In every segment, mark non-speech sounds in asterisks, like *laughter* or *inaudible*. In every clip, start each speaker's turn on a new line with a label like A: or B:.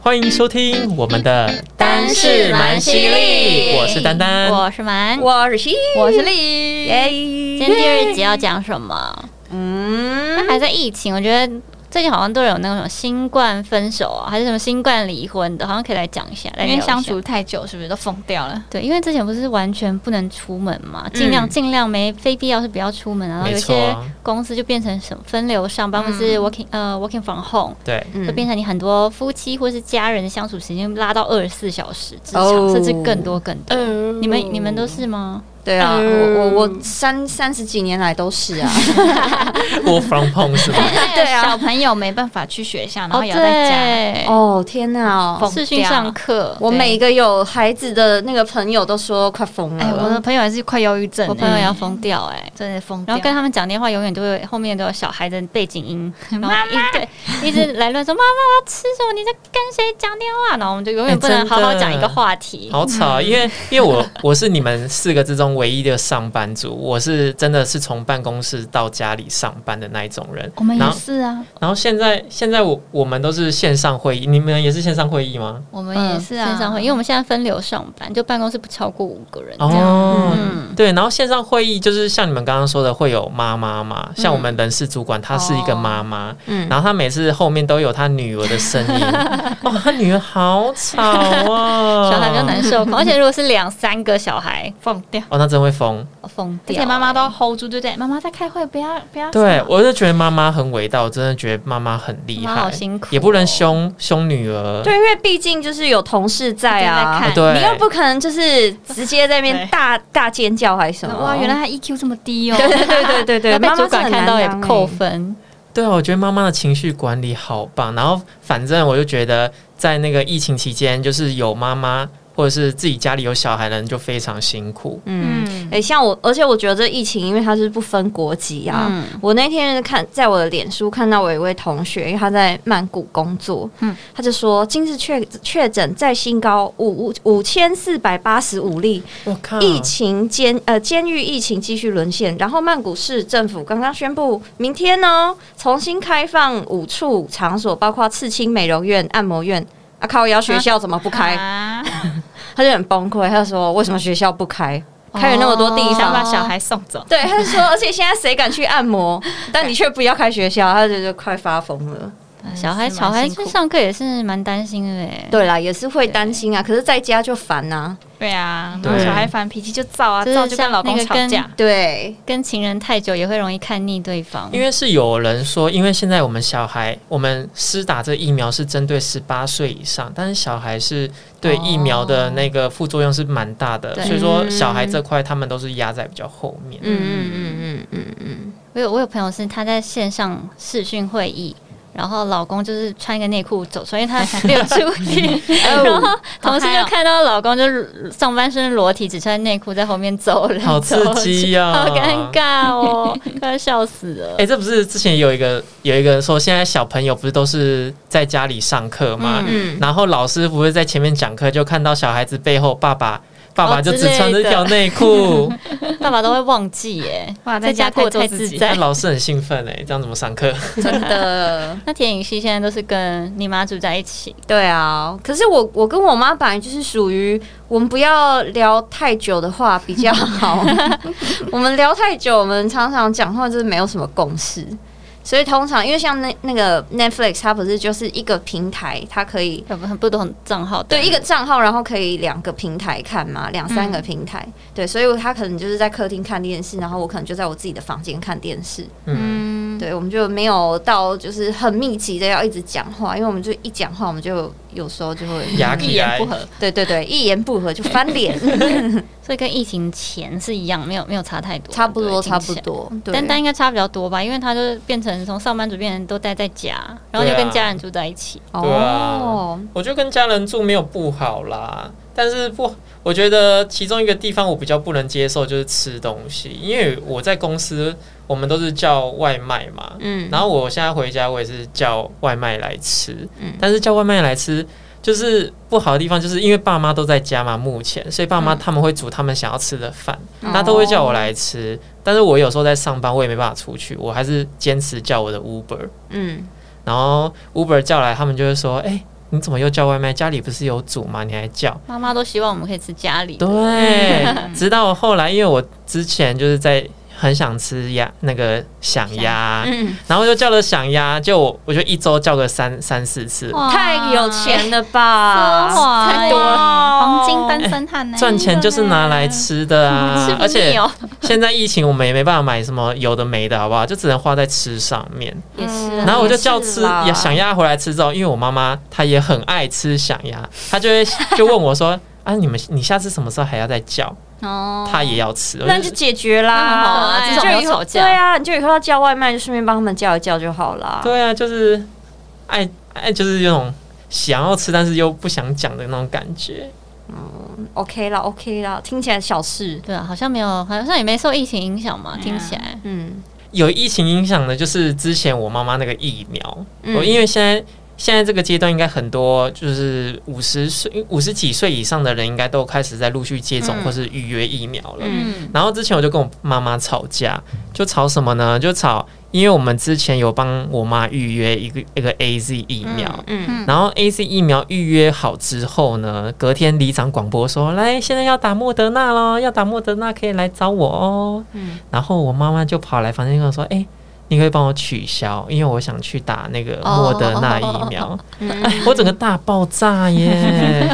A: 欢迎收听我们的
B: 单是蛮犀利
A: 我是丹丹。
B: 我是
C: 嗯
B: 蛮，
D: 我是西，
B: 我是丽。耶
D: 今
B: 今天第二集要讲什么？
D: 嗯，
B: 还在疫情，我觉得最近好像都有那种新冠分手啊，还是什么新冠离婚的，好像可以来讲一下，来
C: 因
B: 聊一
C: 为
B: 下
C: 相处太久，是不是都疯掉了？
B: 对，因为之前不是完全不能出门嘛，尽量尽量没非必要是不要出门啊，然后
A: 没
B: 有一
A: 错
B: 些
A: 啊
B: 公司就变成什么分流上班，或是 working 呃 working from home，
A: 对，
C: 嗯
B: 就变成你很多夫妻或是家人的相处时间拉到二十四小时之长，
D: 哦
B: 甚至更多更多。
D: 嗯
B: 你们你们都是吗？
D: 对啊，
A: 嗯
D: 我我我三三十几年来都是啊，
A: 我 from home 是吗？
C: *laughs* 对啊，小朋友没办法去学校，然后也要在家。
B: 对，
D: 哦天哪，
C: 疯
B: 视讯上课，
D: 我每一个有孩子的那个朋友都说快疯
C: 哎，我
D: 了，
C: 的朋友还是快忧郁症欸，
B: 嗯
C: 嗯
B: 我朋友也要疯掉哎、
C: 真的疯掉。
B: 然后跟他们讲电话，永远都会后面都有小孩的背景音，然后一对一直来
C: *laughs*
B: 乱说妈妈我要吃什么？你在跟谁讲电话？然后我们就永远不
A: 哎
B: 能
A: 真的
B: 好好讲一个话题。
A: 好吵啊，因为因为我我是你们四个之中唯一的上班族，我是真的是从办公室到家里上班的那一种人。
C: 我们
A: 然
C: 也
A: 后
C: 是啊，
A: 然后现在现在我我们都是线上会议，你们也是线上会议吗？
C: 我们
D: 嗯
C: 也是啊，
B: 嗯线上会，因为我们现在分流上班，就办公室不超过五个人这样。
A: 哦，
C: 啊
B: 嗯
A: 对，然后线上会议就是像你们刚刚说的，会有妈妈嘛，像我们人事主管，她是一个妈妈，
D: 嗯，
A: 然后她每次后面都有她女儿的声
B: *laughs*
A: 音，哦，她女儿好吵啊，
B: *laughs* 小孩比较难受，而且如果是两三个小孩
C: 疯掉。
A: 哦，那真会疯。
B: 疯
C: 而
B: 掉、
C: 且妈妈都 hold 住，对不对？妈妈在开会，不要不要吵。
A: 对，我就觉得妈妈很伟大，我真的觉得妈妈很厉
B: 妈妈
A: 害
B: 好，辛苦哦
A: 也不能凶凶女儿。
D: 对，因为毕竟就是有同事在
C: 一
D: 啊
C: 定在看，
A: 对
D: 你又不可能就是直接在那边
C: 对
D: 大大尖叫还
B: 啊
D: 是什么，
C: 哇，原来
B: E
C: 他 EQ 这么
B: *laughs*
C: 低哦。
D: *laughs* 对对对对对对，
B: 被
D: 妈妈
B: 主管
D: 真的
B: 看
D: 很
B: 到也
D: 难当
B: 扣
D: 欸
B: 分。
A: 对啊，我觉得妈妈的情绪管理好棒。然后反正我就觉得，在那个疫情期间，就是有妈妈或者是自己家里有小孩的人就非常辛苦。
D: 嗯。
C: 嗯
D: 哎、，像我，而且我觉得这疫情，因为它是不分国籍啊。
B: 嗯
D: 我那天看在我的脸书看到我有一位同学，因为他在曼谷工作，
C: 嗯
D: 他就说今日确确诊再新高五五五千四百八十五例，
A: 我靠，
D: 疫情监呃监狱疫情继续沦陷，然后曼谷市政府刚刚宣布，明天呢重新开放五处场所，包括刺青、美容院、按摩院。啊靠！要学校怎么不开？
C: 啊
D: 他就很崩溃，他就说为什么学校不开？开了那么多地方，
C: 想把小孩送走。
D: 对，他就说，而且现在谁敢去按摩？但你却不要开学校，他就就快发疯了。
B: 小孩小孩去上课也是蛮担心的哎。
D: 对啦，也是会担心啊，可是在家就烦呐、
C: 对啊，
A: 对
C: 然后小孩烦脾气就躁啊，
B: 就是
C: 躁就跟老
B: 像
C: 公
B: 那个
C: 吵
B: 跟
C: 架。
D: 对，
B: 跟情人太久也会容易看腻对方。
A: 因为是有人说，因为现在我们小孩，我们施打这疫苗是针对十八岁以上，但是小孩是对疫苗的那个副作用是蛮大的，
B: 对
A: 所以说小孩这块他们都是压在比较后面。
D: 嗯嗯嗯嗯嗯嗯，
B: 我有我有朋友是她在线上视讯会议，然后老公就是穿一个内裤走出来，因为她没有注
A: *laughs*
B: 意，
A: 哦
B: 然后同事就看到老公就是上半身裸体，只穿内裤在后面走人，
A: 好刺激
B: 呀、
A: 啊
B: 好尴尬哦，快要笑死了
A: 哎、。这不是之前有一个有一个人说，现在小朋友不是都是在家里上课吗？
D: 嗯
A: 然后老师不是在前面讲课，就看到小孩子背后爸爸。爸爸
B: 哦
A: 就
B: 之
A: 只穿着一
B: 类的
A: 条内
B: *laughs*
A: 裤，
B: 爸爸都会忘记耶，
C: 哇
B: 在
C: 在
B: 家
C: 家
B: 过得
C: 太
B: 太
C: 做
B: 自
C: 自己
B: 在
A: 那。老师很兴奋哎、这样怎么上课？
D: 真的。
A: 嗯
B: 那田颖希现在都是跟你妈住在一起，
D: 对啊，可是我我跟我妈本来就是属于我们不要聊太久的话比较好。我们聊太久，我们常常讲话就是没有什么共识，所以通常因为像那那个 Netflix，它不是就是一个平台，它可以
B: 有很不同账号的
D: 对一个账号，然后可以两个平台看嘛，两三个平台。对，所以他可能就是在客厅看电视，然后我可能就在我自己的房间看电视。
A: 嗯，
C: 嗯，
D: 对，我们就没有到就是很密集的要一直讲话，因为我们就一讲话，我们就有时候就会
A: 牙
C: 一
A: 起来
C: 言不合，
D: 对对对，一言不合就翻 *laughs* 脸，嗯
B: 所以跟疫情前是一样，没有没有差太多，
D: 差不
B: 对听
D: 多
B: 起来
D: 差不多。对，
B: 丹丹应该差比较多吧，因为他就是变成从上班族变成都待在家，然后
A: 对
B: 就
A: 啊
B: 跟家人住在一起。
A: 对啊
D: 哦，
A: 我觉得跟家人住没有不好啦，但是不，我觉得其中一个地方我比较不能接受就是吃东西，因为我在公司我们都是叫外卖嘛，
D: 嗯，
A: 然后我现在回家我也是叫外卖来吃，
D: 嗯
A: 但是叫外卖来吃。就是不好的地方，就是因为爸妈都在家嘛，目前，所以爸妈他们会煮他们想要吃的饭，
D: 嗯
A: 他都会叫我来吃。但是我有时候在上班，我也没办法出去，我还是坚持叫我的 Uber。
D: 嗯，
A: 然后 Uber 叫来，他们就会说：“哎、你怎么又叫外卖？家里不是有煮吗？你还叫？
B: 妈妈都希望我们可以吃家里的。 *laughs*
A: 对，直到后来，因为我之前就是在很想吃鸭那个响鸭，
C: 嗯，
A: 然后就叫了响鸭，就我我就一周叫个三三四次，
B: 哇
D: 太有钱了吧？
C: 奢华
D: 太多了，
C: 黄金单身汉呢？
A: 赚钱就是拿来吃的啊，
B: 吃不腻哦
A: 而且现在疫情我们也没办法买什么有的没的，好不好？就只能花在吃上面。
D: 也是啊。
A: 然后我就叫
D: 也是
A: 吃
D: 啦
A: 也想鸭回来吃之后，因为我妈妈她也很爱吃想鸭，她
D: *laughs*
A: 就会就问我说：“啊，你们你下次什么时候还要再叫？
C: 哦，
A: 她也要吃。”
D: 那就解决啦，
B: 那很好啊
D: 你
B: 至少没有
D: 就以后
B: 吵架
D: 对啊，你就以后要叫外卖，就顺便帮他们叫一叫就好啦。
A: 对啊，就是爱爱就是那种想要吃但是又不想讲的那种感觉。
D: OK 啦，OK 啦，听起来小事。
B: 对啊，好像没有，好像也没受疫情影响嘛，
C: 嗯
B: 听起来。
D: 嗯，
A: 有疫情影响的，就是之前我妈妈那个疫苗，
D: 嗯
A: 我因为现在。现在这个阶段，应该很多就是五十岁、五十几岁以上的人，应该都开始在陆续接种
D: 嗯
A: 或是预约疫苗了。
C: 嗯，
A: 然后之前我就跟我妈妈吵架，就吵什么呢？就吵，因为我们之前有帮我妈预约一个一个 A Z 疫苗。
D: 嗯
C: 嗯
A: 然后 A Z 疫苗预约好之后呢，隔天里长广播说：“来，现在要打莫德纳咯，要打莫德纳可以来找我哦。
D: 嗯，”
A: 然后我妈妈就跑来房间跟我说：“哎、你可以帮我取消，因为我想去打那个莫德纳疫苗。
D: 嗯，
A: *laughs* 我整个大爆炸耶！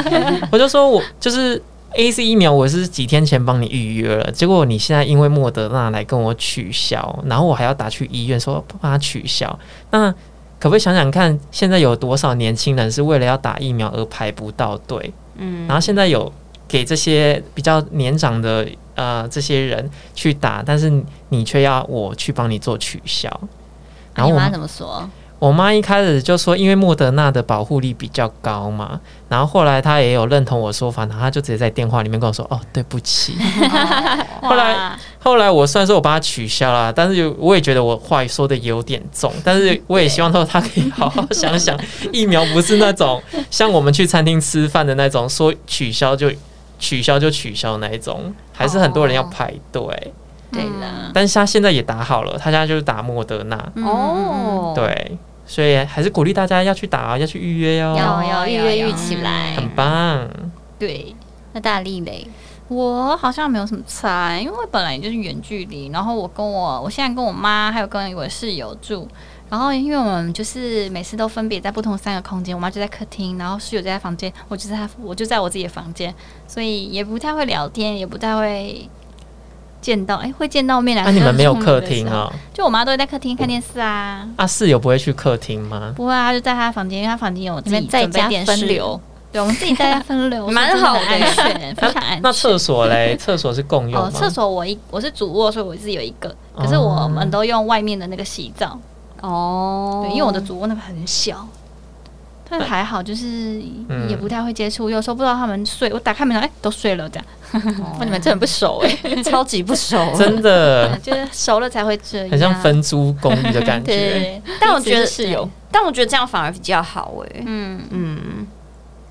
A: 我就说我就是 A C 疫苗，我是几天前帮你预约了，结果你现在因为莫德纳来跟我取消，然后我还要打去医院说帮他取消，那。可不可以想想看，现在有多少年轻人是为了要打疫苗而排不到队？
D: 嗯，
A: 然后现在有给这些比较年长的呃这些人去打，但是你却要我去帮你做取消。然
B: 然
A: 后
B: 后
A: 我
B: 你
A: 们
B: 妈怎么说？
A: 我妈一开始就说，因为莫德纳的保护力比较高嘛，然后后来她也有认同我说法，然后她就直接在电话里面跟我说：“哦，对不起。
C: 后
A: 后来，”后来我虽然说我把它取消了，但是我也觉得我话说的有点重，但是我也希望说她可以好好想想，疫苗不是那种像我们去餐厅吃饭的那种说取消就取消就取消那一种，还是很多人要排队。
B: 对啦，
A: 但是她现在也打好了，她现在就是打莫德纳，
B: 嗯，
D: 哦，，
A: 对，所以还是鼓励大家要去打啊，要去预约哦。
B: 要要
C: 要
B: 预
C: 要
B: 约
C: 要
B: 预起来。
A: 很棒，
C: 对
B: 那大力嘞，
C: 我好像没有什么差、因为我本来就是远距离，然后我跟我我现在跟我妈还有跟我室友住。然后，因为我们就是每次都分别在不同三个空间，我妈就在客厅，然后室友就在房间，我就在她我就在我自己的房间，所以也不太会聊天，也不太会见到，哎，会见到面啊
A: 那、你们没有客
C: 啊？可是出门
A: 厅
C: 的时候
A: 哦？
C: 就我妈都会在客厅看电视啊。
A: 啊，室友不会去客厅吗？
C: 不会啊，她就在她房间，因为她房间有自
B: 你
C: 己
B: 们在
C: 准备
B: 家
C: 电
B: 分
C: 视
B: 流，
C: 对，我们自己在家
B: *laughs*
C: 分流，
D: 蛮
C: 所以真
D: 好的
C: 很安全，非
B: 啊
C: 常安全。
A: 那厕所嘞？厕所是共用
C: 哦
A: 吗，？
C: 厕所我一我是主卧，所以我是有一个，可是
A: 哦
C: 我们都用外面的那个洗澡，
D: 哦，
C: 对，因为我的主卧那个很小。但还好，就是
A: 嗯
C: 也不太会接触，有时候不知道他们睡，我打开门哎、都睡了这样，哦 *laughs*
B: 哇，你们真的很不熟
C: 欸
B: 哎。
D: 超级不熟，
A: 真
B: *laughs*
A: 的
C: 就是熟了才会这样。
A: 很
B: 啊
A: 像分租公寓的感觉。
C: 对，
D: 但我觉得
C: 彼此是室友，
D: 但我觉得这样反而比较好哎。
C: 嗯，
D: 嗯，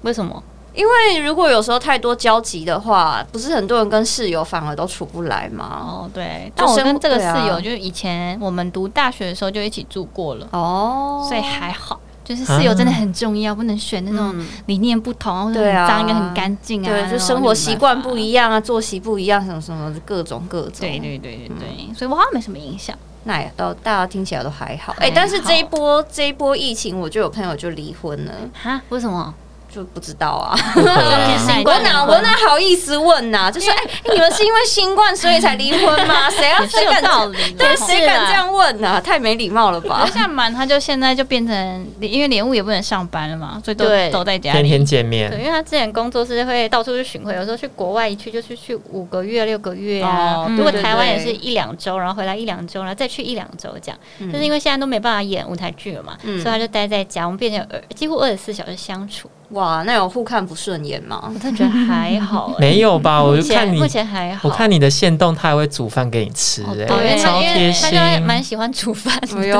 B: 为什么？
D: 因为如果有时候太多交集的话，不是很多人跟室友反而都处不来吗？
C: 哦，对，
D: 就
C: 但我
D: 生
C: 跟这个
D: 对啊
C: 室友就是以前我们读大学的时候就一起住过了，
D: 哦，
C: 所以还好。就是室友真的很重要，不能选那种
D: 嗯
C: 理念不同啊，或者
D: 对啊
C: 很脏一个很干净啊，
D: 对，就生活习惯不一样啊，作息不一样，什么什么的各种各种。
C: 对，对对对对，所以我好像没什么影响。
D: 那也都大家听起来都还好。哎、
C: 还好
D: 但是这一波这一波疫情，我就有朋友就离婚了，
B: 哈？为什么？
D: 就不知道 *laughs* 啊。
A: 不可能
B: *laughs* 对
D: 我哪我哪好意思问呐、就说哎、你们是因为新冠所以才离婚 *laughs* 吗？谁要谁敢
C: 道理的
D: 对，谁敢
B: 是啊
D: 这样问呐、太没礼貌了吧 *laughs*
C: 而？像满他就现在就变成，因为莲雾也不能上班了嘛，所以都
B: 对
C: 都在家
A: 天天
C: 里。
A: 见
B: 对，
A: 面，
B: 因为他之前工作是会到处去巡回，有时候去国外一去就是去五个月、六个月啊。
D: 哦
B: 如果
D: 对对
B: 台湾也
D: 对
B: 是一两周，然后回来一两周，然后再去一两周这样。
D: 嗯
B: 就是因为现在都没办法演舞台剧了嘛，
D: 嗯
B: 所以他就待在家，我们变成二几乎二十四小时相处。
D: 哇，那有互看不顺眼吗
B: 我？真的觉得还好、欸，
A: 没有吧？我
B: 目
A: 就看
B: 前
A: 你
B: 目，前还好。
A: 我看你的线动，他还会煮饭给你吃、
B: 哦
A: 哎、
B: 对，因为他
A: 超
B: 因
A: 贴
B: 为
A: 心
B: 他，就蛮喜欢煮饭的，
D: 哎呦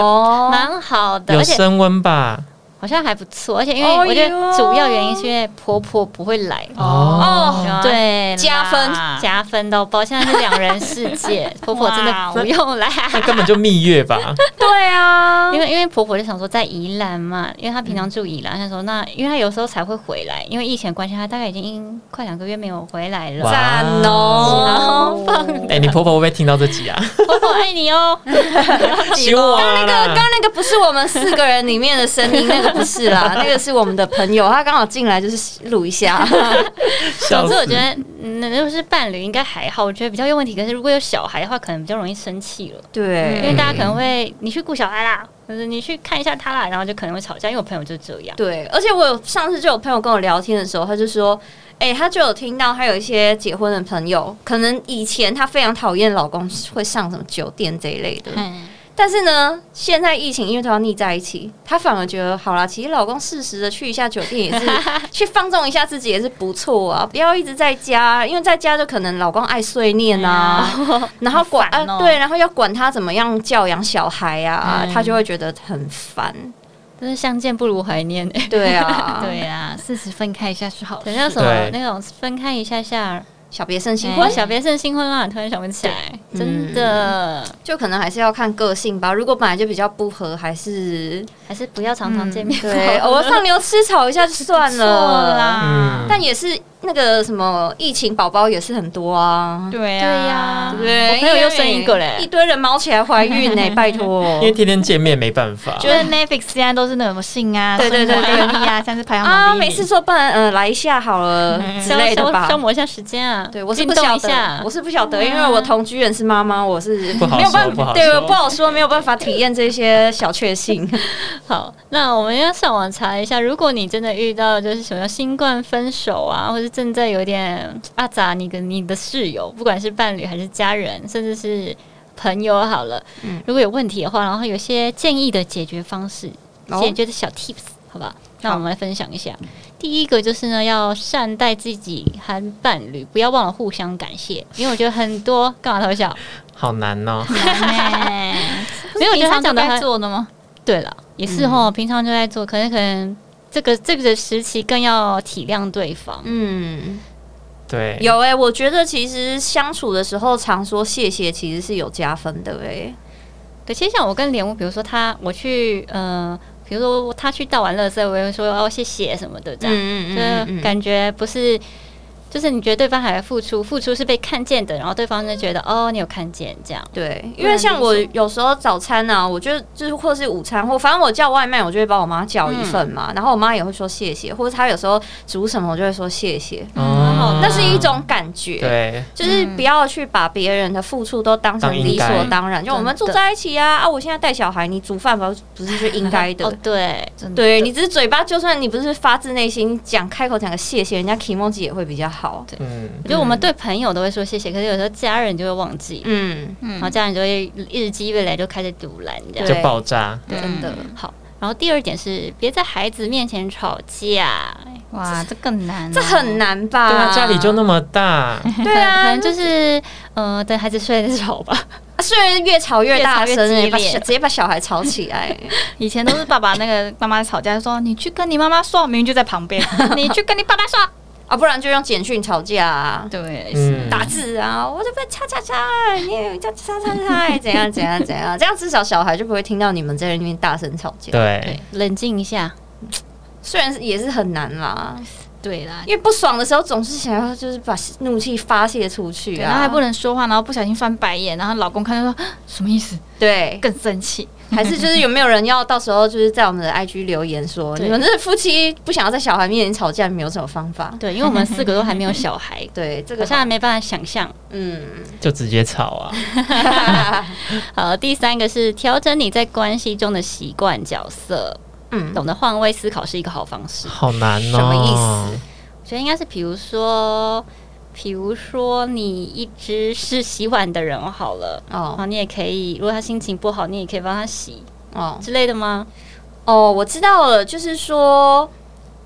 B: 蛮好的，
A: 有
B: 而且
A: 升温吧？
B: 好像还不错，而且因为
D: 哦
B: 我觉得
D: 哟
B: 主要原因是因为婆婆不会来，
A: 哦，
C: 哦
B: 对，
D: 加分
C: 啦
B: 加分到爆，现在是两人世 *laughs* 界，婆婆真的不用来。
A: 那根本就蜜月吧？
D: 对啊
B: *laughs* 因为因为婆婆就想说在宜兰嘛，因为她平常住宜兰，她说那因为她有时候才会回来，因为疫情关系，她大概已经快两个月没有回来了。
A: 哇
D: 赞哦，
B: 超棒
A: 哎、你婆婆会不会听到这
B: *laughs*
A: 集啊？
B: 婆婆爱你哦，
A: 希望啊
D: 刚刚那个不是我们四个人里面的声音，那个不是 *laughs* 啦，那个是我们的朋友，他刚好进来就是录一下。
A: *laughs* 笑
B: 总之我
A: 死
B: 觉！得，嗯，如果是伴侣应该还好，我觉得比较有问题。可是如果有小孩的话，可能比较容易生气了，
A: 嗯
B: 因为
D: *laughs* 对
B: 大家可能会你去顾小孩啦，就是你去看一下他啦，然后就可能会吵架。因为我朋友就这样，
D: 对，而且我有上次就有朋友跟我聊天的时候，他就说，哎、他就有听到他有一些结婚的朋友，可能以前他非常讨厌老公会上什么酒店这一类的，
C: 嗯，
D: 但是呢，现在疫情因为都要腻在一起，她反而觉得好啦，其实老公适时的去一下酒店也是 *laughs* 去放纵一下自己也是不错啊，不要一直在家，因为在家就可能老公爱碎念啊， *laughs* 然后管、
C: 好烦哦
D: 啊对，然后要管他怎么样教养小孩啊，
C: 嗯
D: 她、就会觉得很烦。
B: 但是相见不如怀 *laughs* 念、欸。
D: 对啊，
C: *laughs* 对啊，四十分开一下是好
B: 等
C: 事。
B: 下什么
A: 对
B: 那种分开一下下，
D: 小别胜新
C: 嗯
D: 婚
B: 哇，，小别胜新婚啦！突然想不起来，嗯
D: 对
B: 真的、
D: 就可能还是要看个性吧。如果本来就比较不合，还
C: *laughs*
D: 是
B: 还是不要常常 *laughs* 见面、
D: 对偶尔放牛吃草一下就算
C: 错
D: 了。
A: 嗯
C: 啦，
D: 但也是那个什么疫情宝宝也是很多啊，
C: 对啊
B: 对呀
C: 呀
D: 对不，对，
B: 我朋友又生一个嘞
D: 一堆人毛起来怀孕呢、 *laughs* 拜托
A: 因。为天天见面没办法，
C: 觉得 Netflix 现在都是那什么性啊、
D: 对对对对
C: 生活力啊，像是排行
D: 啊，
C: 榜第一
D: 没事
C: 名。
D: 做，不然呃来一下好了嗯之
B: 消
D: 类的
B: 消
D: 吧
B: 消。磨一下时间啊。
D: 对，我是
B: 运
D: 不
B: 动
D: 晓
B: 一下
D: 得，我是不晓得，因为我同居人是妈妈，我是
A: 不好
D: 嗯没有办
A: 说不
D: 法，
A: 好
D: 对，
A: 说
D: 我不好说，没有办法体验这些小确 *laughs* 幸。
B: 好，那我们要上网查一下，如果你真的遇到就是什么新冠分手啊，或是正在有点阿杂你跟你的室友，不管是伴侣还是家人，甚至是朋友好了，
D: 嗯
B: 如果有问题的话，然后有些建议的解决方式，
D: 哦
B: 解决的小 tips，好吧？那我们来分享一下。第一个就是呢，要善待自己和伴侣，不要忘了互相感谢，因为我觉得很多干嘛偷笑？
A: 好难哦。
B: 没有我觉得他讲得
C: 平常就该
B: 很
C: 做的吗？
B: 对了，也是哦，
D: 嗯
B: 平常就在做，可是可能这个这个时期更要体谅对方。
D: 嗯，
A: 对，
D: 有哎、我觉得其实相处的时候常说谢谢，其实是有加分的哎、
B: 对，其实像我跟莲雾，比如说他，我去呃，比如说他去倒完垃圾，我也会说哦谢谢什么的这样，
D: 嗯
B: 就是感觉不是。就是你觉得对方还付出，付出是被看见的，然后对方就觉得哦，你有看见这样。
D: 对，
B: 不
D: 因
B: 然
D: 为
B: 就
D: 像
B: 是
D: 我有时候早餐啊，我就就是或是午餐，或反正我叫外卖，我就会帮我妈叫一份嘛，然后我妈也会说谢谢，或者她有时候煮什么，我就会说谢谢，
A: 哦
D: 那是一种感觉。
A: 对，
D: 就是不要去把别人的付出都当成
A: 当应
D: 理所
A: 该
D: 当然，就我们住在一起啊啊！我现在带小孩，你煮饭不不是就应该的？
B: *laughs* 哦，对，
C: 真的
D: 对你只是嘴巴，就算你不是发自内心讲开口讲个谢谢，人家 k i m o j i 也会比较好。
A: 嗯
B: 我，觉得我们对朋友都会说谢谢，可是有时候家人就会忘记，
D: 嗯，
B: 然后家人就会日积月累就开始堵拦这样。
A: 就
D: 对
A: 爆炸。
D: 真的。
B: 好，然后第二点是别在孩子面前吵架，哎
C: 哇，这更难哦，
D: 这很难吧？
A: 对啊，家里就那么
D: *laughs*
A: 大，
D: 对啊，
B: 可能就是呃等孩子睡了再吵吧。
D: 啊虽然越吵越大声、
C: 越
D: 欸，
C: 吵
D: 把
C: 越激烈
D: 小直接把小孩吵起 *laughs* 来。
C: 以前都是爸爸那个妈妈吵架，说你去跟你妈妈说，明明就在旁边，你去跟你爸爸说。
D: 啊，不然就用简讯吵架啊，
C: 对，
A: 嗯，
D: 打字啊，我这边叉叉叉，你也叫叉叉叉，怎样怎样怎样，这样至少小孩就不会听到你们在那边大声吵架。
A: 对，
B: 冷静一下。
D: 虽然是也是很难啦，
C: 对啊啦。
D: 因为不爽的时候总是想要就是把怒气发泄出去
C: 然后
D: 啊，
C: 还不能说话，然后不小心翻白眼，然后老公看到说啊什么意思，
D: 对，
C: 更生气。
D: 还是就是有没有人要到时候就是在我们的 IG 留言说，
B: 对
D: 你们这夫妻不想要在小孩面前吵架，你们有什么方法？，
B: 对，因为我们四个都还没有小孩
D: 对，这
B: 好
D: 个
B: 像没办法想象。
D: 嗯，
A: 就直接吵啊。
B: 好，第三个是调整你在关系中的习惯角色，
D: 嗯
B: 懂得换位思考是一个好方式。
A: 好难哦。
D: 什么
A: 意思？
B: 我觉得应该是，比如说，比如说你一直是洗碗的人好了，然后
D: 哦
B: 你也可以，如果他心情不好，你也可以帮他洗
D: 哦，
B: 之类的吗？
D: 哦，我知道了，就是说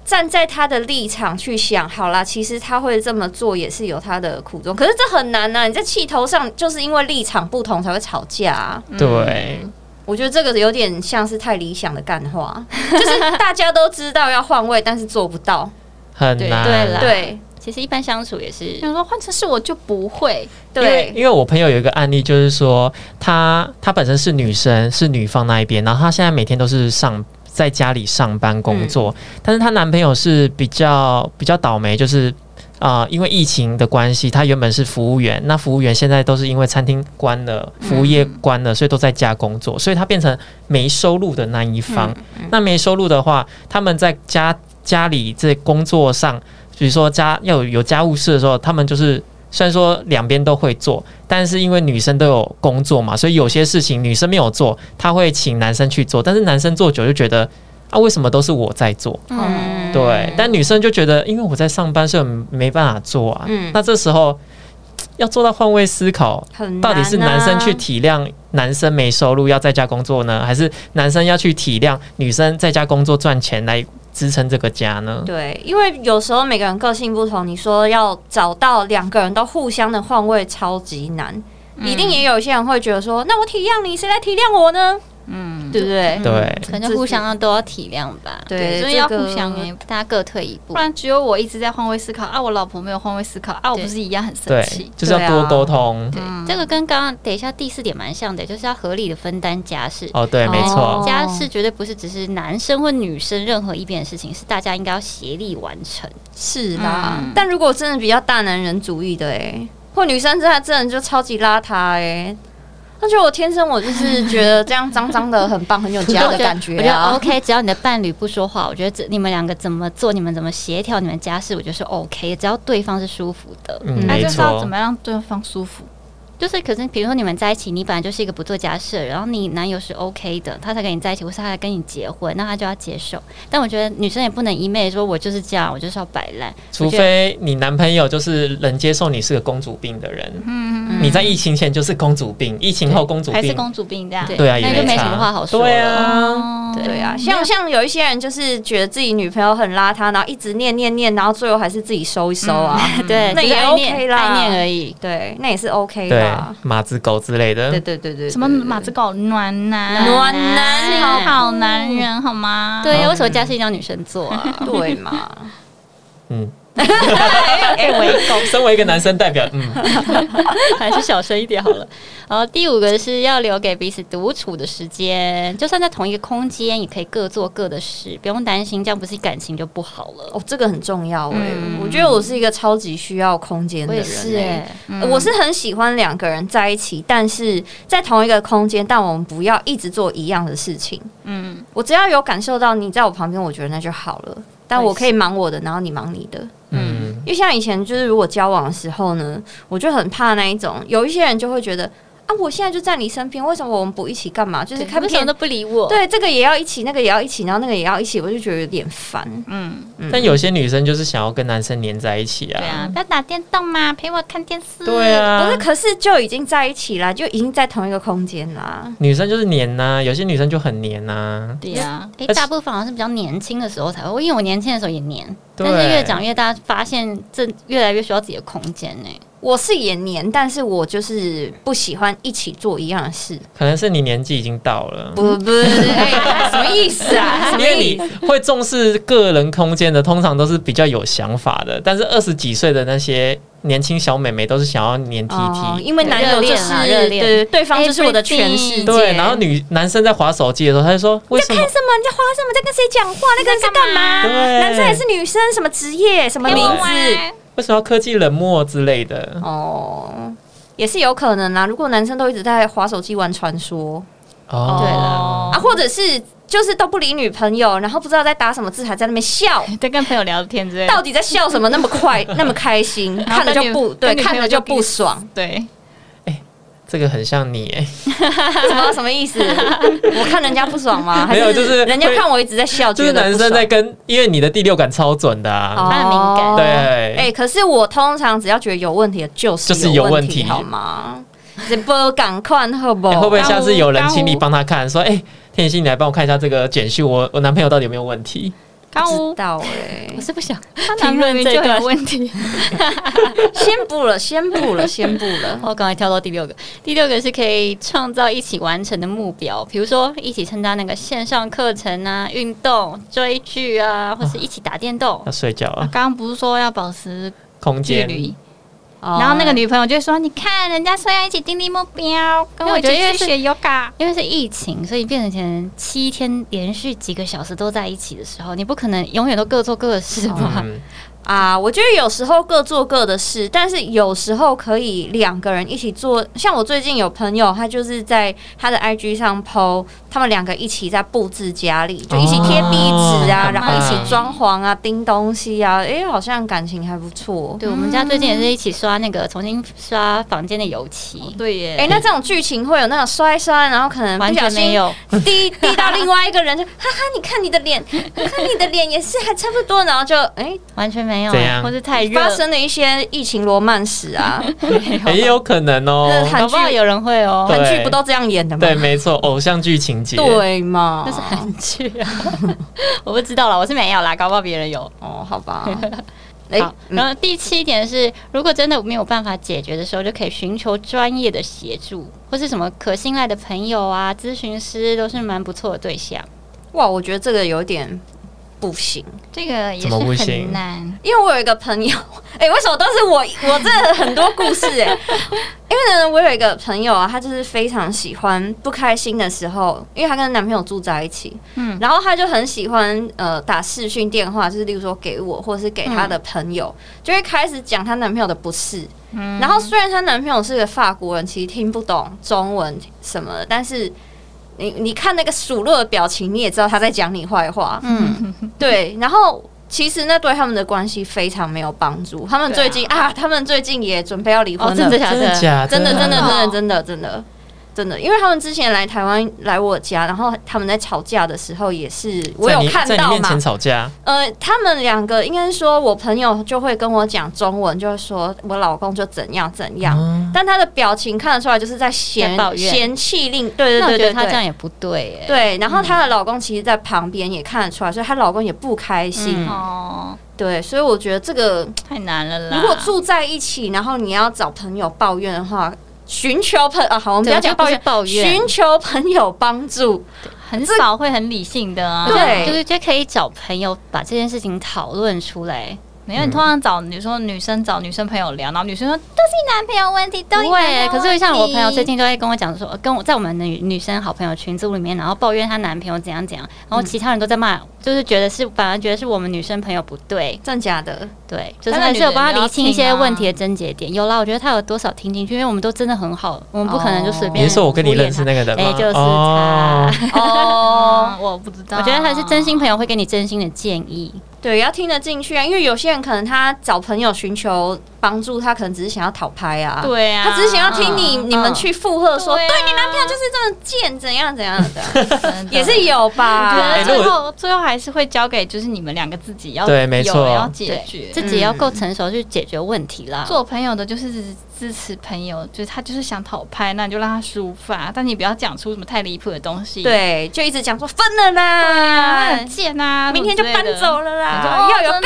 D: 站在他的立场去想，好啦，其实他会这么做也是有他的苦衷，可是这很难呐、你在气头上就是因为立场不同才会吵架、啊。
A: 对，
D: 我觉得这个有点像是太理想的干话， *laughs* 就是大家都知道要换位，但是做不到。
A: 很
C: 对
A: 难。
B: 对啦
D: 嗯对
B: 其实一般相处也是
C: 想说换成是我就不会，
D: 对，
A: 因为我朋友有一个案例，就是说她她本身是女生，是女方那一边，然后她现在每天都是上在家里上班工作，但是她男朋友是比较比较倒霉，就是。啊、因为疫情的关系，她原本是服务员，那服务员现在都是因为餐厅关了，服务业关了，所以都在家工作，所以她变成没收入的那一方。那没收入的话，他们在家家里这工作上，比如说家要有有家务事的时候，他们就是虽然说两边都会做，但是因为女生都有工作嘛，所以有些事情女生没有做，她会请男生去做，但是男生做久就觉得啊，为什么都是我在做？
B: 嗯，
A: 对，啊但女生就觉得因为我在上班，所以没办法做啊。
D: 嗯
A: 那这时候要做到换位思考，
D: 很
A: 到底是
D: 难啊
A: 男生去体谅男生没收入要在家工作呢，还是男
D: 啊
A: 生要去体谅女生在家工作赚钱来支撑这个家呢？
D: 对，因为有时候每个人个性不同，你说要找到两个人都互相的换位，超级难。
B: 嗯
D: 一定也有一些人会觉得说，那我体谅你，谁来体谅我呢？
C: 嗯，
D: 对不对？
A: 对
B: 可能互相要都要体谅吧，
D: 对
C: 所以要
D: 这个
C: 互相欸
B: 大家各退一步
C: 不。然只有我一直在换位思考啊，我老婆没有换位思考啊，我不是一样很生
A: 对
C: 气，？
A: 就是要多沟通。
B: 对，
D: 嗯
B: 这个跟刚刚等一下第四点蛮像的，就是要合理的分担家事。
A: 哦，对，没
D: 哦
A: 错，
B: 家事绝对不是只是男生或女生任何一边的事情，是大家应该要协力完成。
D: 是啦，
C: 嗯
D: 但如果真的比较大男人主义的、欸，或女生真的真的就超级邋遢、欸，哎，而且我天生我就是觉得这样脏脏的很棒，很有
B: *laughs*
D: 家
B: 我
D: 的
B: 觉得
D: 感觉
B: 我觉得哦
D: 啊。
B: OK，只要你的伴侣不说话，我觉得这你们两个怎么做，你们怎么协调你们家事，我觉得是 OK，只要对方是舒服的。
A: 嗯，
C: 那
A: 没
C: 啊就是要怎
A: 错
C: 么，样让对方舒服？
B: 就是，可是比如说你们在一起，你本来就是一个不做家事的人，然后你男友是 OK 的，他才跟你在一起，或是他才跟你结婚，那他就要接受。但我觉得女生也不能一昧地说，我就是这样，我就是要摆烂。
D: 嗯
A: 除
B: 我觉得
A: 非你男朋友就是能接受你是个公主病的人，
C: 嗯，
A: 你在疫情前就是公主病，疫情后公主
C: 还是
A: 病，
C: 公主病这样？
B: 对
A: 对啊，也
B: 那就没
A: 差
B: 什么话好说了
A: 对啊，
C: 哦
D: 对啊，像像有一些人就是觉得自己女朋友很邋遢，然后一直念念念，然后最后还是自己收一收啊。
B: 对，
D: 那
B: 只
D: 也
B: 是爱
D: OK
B: 念
D: 啦
B: 爱念而已。
D: 对，那也是 OK
A: 对
D: 啦。，
A: 马子狗之类的
D: 对，对对对，
C: 什么马子狗暖男，
D: 暖男
C: 好好男人好
D: 嗯
C: 吗？
B: 对，为什么家事一定要女生做
D: *laughs*
B: 啊？
D: 对嘛？
A: 嗯，
D: *laughs* 哎、喂，
A: 身为一个男生代表，嗯，
B: 还是小声一点好了。然后第五个是要留给彼此独处的时间，就算在同一个空间，也可以各做各的事，不用担心，这样不是感情就不好了。
D: 哦，这个很重要哎、
C: 嗯
D: 我觉得我是一个超级需要空间
B: 我
D: 的
B: 也
D: 人、
B: 是
D: 欸
B: 哎、
C: 嗯，
D: 我是很喜欢两个人在一起，但是在同一个空间，但我们不要一直做一样的事情。
C: 嗯，
D: 我只要有感受到你在我旁边，我觉得那就好了。但我可以忙我的，然后你忙你的。
A: 嗯，
D: 因为像以前就是如果交往的时候呢，我就很怕那一种，有一些人就会觉得啊，我现在就在你身边，为什么我们不一起干嘛？就是
B: 对
D: 看
B: 为什么
D: 片
B: 都，不理我？
D: 对这个也要一起，那个也要一起，然后那个也要一起，我就觉得有点烦。
C: 嗯，
A: 但有些女生就是想要跟男生黏在一起
C: 对啊
A: 啊，，
C: 不要打电动嘛，陪我看电视。
A: 对，啊，
D: 不是，可是就已经在一起啦，就已经在同一个空间啦。
A: 女生就是黏呐、有些女生就很黏呐、
C: 对啊，
B: 哎、
A: 而且
B: 大部分好像是比较年轻的时候才会，因为我年轻的时候也黏，
A: 对
B: 但是越长越大，发现这越来越需要自己的空间呢、
D: 我是也黏，但是我就是不喜欢一起做一样的事。
A: 可能是你年纪已经到了。
D: 不不， *laughs* 哎，什么意思
A: *laughs*
D: 啊？什
A: 因
D: 么
A: 为
D: 意思？
A: 你会重视个人空间的，通常都是比较有想法的。但是二十几岁的那些年轻小美眉都是想要黏 T T，、
D: 哦，因为男友就
B: 热
D: 是
B: 恋啦热恋
D: 对对方就是我的全世界。
A: 对。然后女男生在划手机的时候，他就说：“为什么
D: 看什么？你在划什么？在跟谁讲话？那个人在干嘛？
A: 对
D: 男生还是女生？什么职业？什么
C: 陪
D: 名
C: 我
D: 字？
C: 玩。
A: 为什么要科技冷漠之类的
D: 哦，也是有可能啦。啊如果男生都一直在划手机玩传说？”
A: 哦，
B: 对
C: 了
D: 啊，或者是就是都不理女朋友，然后不知道在打什么字，还在那边笑。
C: 在跟朋友聊天之类的，
D: 到底在笑什么？那么快，那么开心，
C: 然后
D: 看着就不
C: 跟
D: 对，
C: 女跟女
D: 看
C: 朋
D: 着
C: 友
D: 就不爽，
C: 对，
A: 这个很像你欸耶，
D: 什么什么意思？我看人家不爽吗？还
A: 没有就是
D: 人家看我一直在笑，
A: 就是
D: 觉得
A: 男
D: 不
A: 生在
D: 爽
A: 跟，因为你的第六感超准的啊。
D: 哦
B: 他很敏感
A: 对
D: 哎，可是我通常只要觉得有问题，就是
A: 就是有
D: 有
A: 问题
D: 题，好吗？这不赶快好不
A: 欸
D: 好？
A: 会不会下次有人
C: 干
A: 请你
C: 我
A: 帮他看，说：“哎、天心，你来帮我看一下这个简讯，我我男朋友到底有没有问题
C: 高
D: 不
C: 屋
D: 知，道哎、
B: 我是
A: *laughs*
B: 不想
C: 他男
B: 评
C: 人
B: 论
C: 明
B: 这
C: 就
B: 段
C: 有。问题。
D: 先不了，先不了，先不
B: *laughs*
D: 了。
B: *laughs* 我刚才跳到第六个，第六个是可以创造一起完成的目标，比如说一起参加那个线上课程啊、运动、追剧啊，或是一起打电动。
A: 要睡觉
C: 哦刚
A: 了，
C: 刚不是说要保持
A: 空
C: 距
A: 间
C: 离，
D: 哦
C: 然后那个女朋友就说：“你看人家说要一起定立目标，跟
B: 因为
C: 我
B: 我
C: 一
B: 觉得
C: 起去
B: 是
C: 学 yoga。
B: 因为是疫情，所以变成七天连续几个小时都在一起的时候，你不可能永远都各做各的事嘛。
A: 嗯，
D: 啊，我觉得有时候各做各的事，但是有时候可以两个人一起做。像我最近有朋友，他就是在他的 IG 上 PO，他们两个一起在布置家里，就一起贴壁纸啊，
A: 哦
D: 然后一
A: 很棒
D: 起装潢啊、钉东西啊，哎、好像感情还不错。
B: 对，我们家最近也是一起刷那个重新刷房间的油漆”，
C: 对耶
D: 哎、那这种剧情会有那种摔一摔，然后可能
B: 完
D: 不小
B: 全没
D: 心
B: 有。
D: 滴滴到另外一个人，就哈哈，你看你的脸，哈哈，你的脸也是还差不多，然后就哎、
B: 完全没有
A: 怎样，
B: 或是太热
D: 发，生了一些疫情罗曼史
B: *laughs*
D: 啊，
A: 也有可能哦
D: *laughs* 那。韩
B: 搞不好有人会哦，
A: 对
D: 韩剧不都这样演的
A: *laughs*
D: 吗？
A: 对，没错，偶像剧情节。
D: 对 *laughs* 嘛？
B: 那是韩剧 *laughs* 啊，我不知道了，我是没有啦，搞不好别人有。
D: 哦，好吧。 *laughs* 哎、
B: 好，
D: 嗯
B: 然后第七点是，如果真的没有办法解决的时候，就可以寻求专业的协助，或是什么可信赖的朋友啊、咨询师，都是蛮不错的对象。
D: 哇，我觉得这个有点不行，
C: 这个也
A: 怎么不
C: 是
A: 行
C: 很难。
D: 因为我有一个朋友， *laughs* 哎、为什么都是我？我真的很多故事哎、 *laughs* 因为呢，我有一个朋友啊，她就是非常喜欢不开心的时候，因为她跟男朋友住在一起，
C: 嗯，
D: 然后她就很喜欢呃打视讯电话，就是例如说给我或者是给她的朋友，就会开始讲她男朋友的不是。
C: 嗯
D: 然后虽然她男朋友是个法国人，其实听不懂中文什么的，但是你你看那个数落的表情，你也知道他在讲你坏话。
B: 嗯，
D: *laughs* 对，然后其实那对他们的关系非常没有帮助。他们最近啊他们最近也准备要离婚
B: 哦，
D: 了，
B: 真的假
A: 真的
B: 的？
A: 啊假的？
D: 真的真的真
C: 哦
D: 的真的真的真的，因为他们之前来台湾来我家，然后他们在吵架的时候也是我有
A: 在你
D: 看
A: 在你
D: 到
A: 面
D: 嘛
A: 前，吵架，
D: 呃，他们两个应该说，我朋友就会跟我讲中文，就会说我老公就怎样怎样，
A: 嗯
D: 但他的表情看得出来就是在嫌
B: 在抱怨
D: 嫌弃另，对
B: 那我
D: 对对
B: 觉得
D: 对
B: 他这样
D: 对。
B: 也不对、欸，
D: 对，然后她的老公其实，在旁边也看得出来，所以她老公也不开心。
B: 嗯
C: 哦，
D: 对，所以我觉得这个
C: 太难了啦。
D: 如果住在一起，然后你要找朋友抱怨的话，寻求朋啊，好，我们不要
B: 对
D: 讲
B: 我觉得不
D: 抱
B: 是
D: 怨，
B: 抱怨
D: 寻求朋友帮助。
C: 很少会很理性的啊
B: 我。觉得
D: 对
B: 就是就可以找朋友把这件事情讨论出来。
C: 没
A: 嗯
C: 有，你通常找你说女生找女生朋友聊，然后女生说都是你男朋友问题，都是
B: 不
C: 你
B: 会
C: 男朋友
B: 欸，
C: 问
B: 可
C: 题
B: 是像我朋友最近都会跟我讲说，呃跟我在我们的女女生好朋友群组里面，然后抱怨她男朋友怎样怎样，然后其他人都在骂，就是觉得是反而觉得是我们女生朋友不对，
D: 真假的？
B: 对，就是
C: 但是
B: 还
C: 女
B: 是有
C: 人
B: 帮
C: 也
B: 他
C: 要
B: 理清
C: 听
B: 一些
C: 啊
B: 问题的症结点。有啦，我觉得他有多少听进去，因为我们都真的很好，我们不可能就随
D: 哦
A: 你
B: 便。
A: 是说我跟你认识那个人吗？
B: 哎就是他
A: 哦
D: 哦，
C: *laughs* 嗯我不知道，
B: 我觉得他是真心朋友，会给你真心的建议。
D: 对，要听得进去啊，因为有些人可能他找朋友寻求帮助，他可能只是想要讨拍啊，、
C: 对啊，
D: 他只是想要听你、
C: 嗯
D: 你们去附和说，
C: 对
D: 对,、
C: 啊
D: 你男朋友就是这么贱，怎样怎样的，
C: *laughs* 真的
D: 也是有
C: 我觉
D: 吧
A: 哎
C: 得。
A: 如
C: 最
A: 果
C: 后最后还是会交给就是你们两个自己要
A: 对没错
C: 有要解
B: 对
C: 决。嗯
B: 自己要够成熟去解决问题啦。
C: 做朋友的就是支持朋友，就是他就是想讨拍，那你就让他抒发，但你不要讲出什么太离谱的东西。
D: 对，就一直讲说分了
C: 啊，
D: 啦
C: 很，贱啊，
D: 明天就搬走
C: 了。
D: 了
C: 对
D: 啦，
C: 哦
D: 要有
C: 真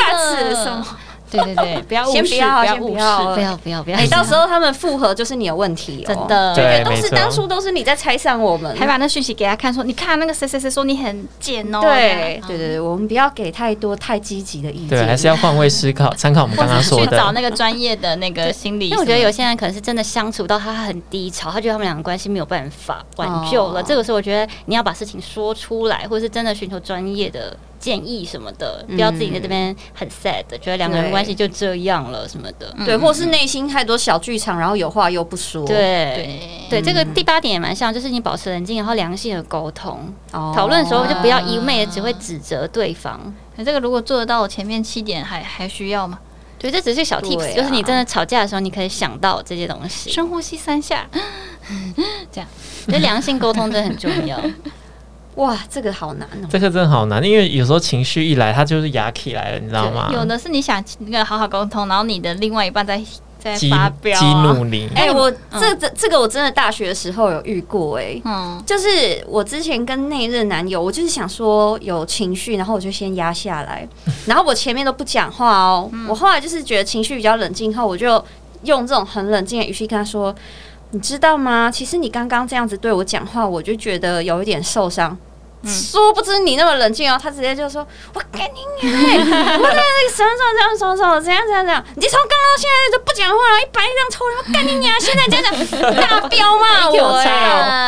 C: 的
D: guts 什么。
C: 对对对，不 *laughs* 要误
D: 先不
C: 事，
D: 要
C: 不要
D: 先不
C: 误
D: 要
C: 事。
B: 不要不要不要，
D: 哎、到时候他们复合就是你有问题、哦，
B: 真。的
A: 对
D: 都
A: 没
D: 是
A: 错
D: 当初都是你在拆散我们，
C: 还把那讯息给他看，说你看那个谁谁谁说你很贱哦。
D: 对对对对，我们不要给太多太积极的意见， *laughs*
A: 对，还是要换位思考，参考我们刚刚
C: 或
A: 说
C: 是去找
A: 的。
C: 那个专业的那个心理
B: 因为
C: 什么
B: 我
C: 的。
B: 觉得有些人可能是真的相处到他很低潮，他觉得他们两个关系没有办法挽救了。
D: 哦
B: 这个时候，我觉得你要把事情说出来，或是真的寻求专业的建议什么的，不要自己在这边很 sad，觉得两个人
D: 对
B: 关系就这样了什么的。
D: 对，或是内心太多小剧场，然后有话又不说，
B: 对
C: 对
B: 对，这个第八点也蛮像，就是你保持冷静，然后良性的沟通，
D: 哦，
B: 讨论的时候就不要一昧的只会指责对方。
C: 这个如果做得到，我前面七点还还需要吗？
B: 对，这只是小 tips，、
D: 对啊
B: 就是你真的吵架的时候，你可以想到这些东西。
C: 深呼吸三下，
B: 我觉得良性沟通真的很重 *laughs* 要。
D: 哇，这个好难哦。
A: 这个真的好难，因为有时候情绪一来，他就是牙起来了，你知道吗？
C: 有的是你想那个好好沟通，然后你的另外一半在在
A: 激
C: 发飙、啊，
A: 激怒你。
D: 哎、我这这这个我真的大学的时候有遇过哎、
C: 嗯，
D: 就是我之前跟那一任男友，我就是想说有情绪，然后我就先压下来，然后我前面都不讲话哦。我后来就是觉得情绪比较冷静后，我就用这种很冷静的语气跟他说：“你知道吗？其实你刚刚这样子对我讲话，我就觉得有一点受伤。”殊不知你那么冷静哦，他直接就说：“我跟你娘嘞，我在那个什么什么什么什么怎样怎样怎样，你从刚刚现在就不讲话了，一白一张抽，我干你娘！现在这样讲，大彪骂
B: 一条
D: 我、
B: 叉
D: 哎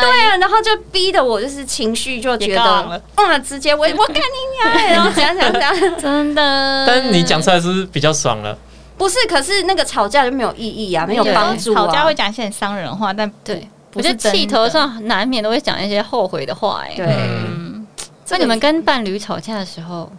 B: 哦
D: 对啊，然后就逼得我就是情绪就觉
C: 也杠
D: 得
C: 了，
D: 嗯，直接我
C: *laughs*
D: 我干你娘嘞，哎然后怎样怎样怎样，
B: 真的。
A: 但是你讲出来是不是比较爽了？
D: 不是，可是那个吵架就没有意义啊，没有
C: 有时候
D: 帮助啊，
C: 吵架会讲一些很伤人的话，但不
B: 对，
C: 不
B: 我
C: 是
B: 觉得
C: 真的
B: 气头上难免都会讲一些后悔的话、哎，
D: 对
A: 嗯，
C: 嗯，
B: 那你们跟伴侣吵架的时候，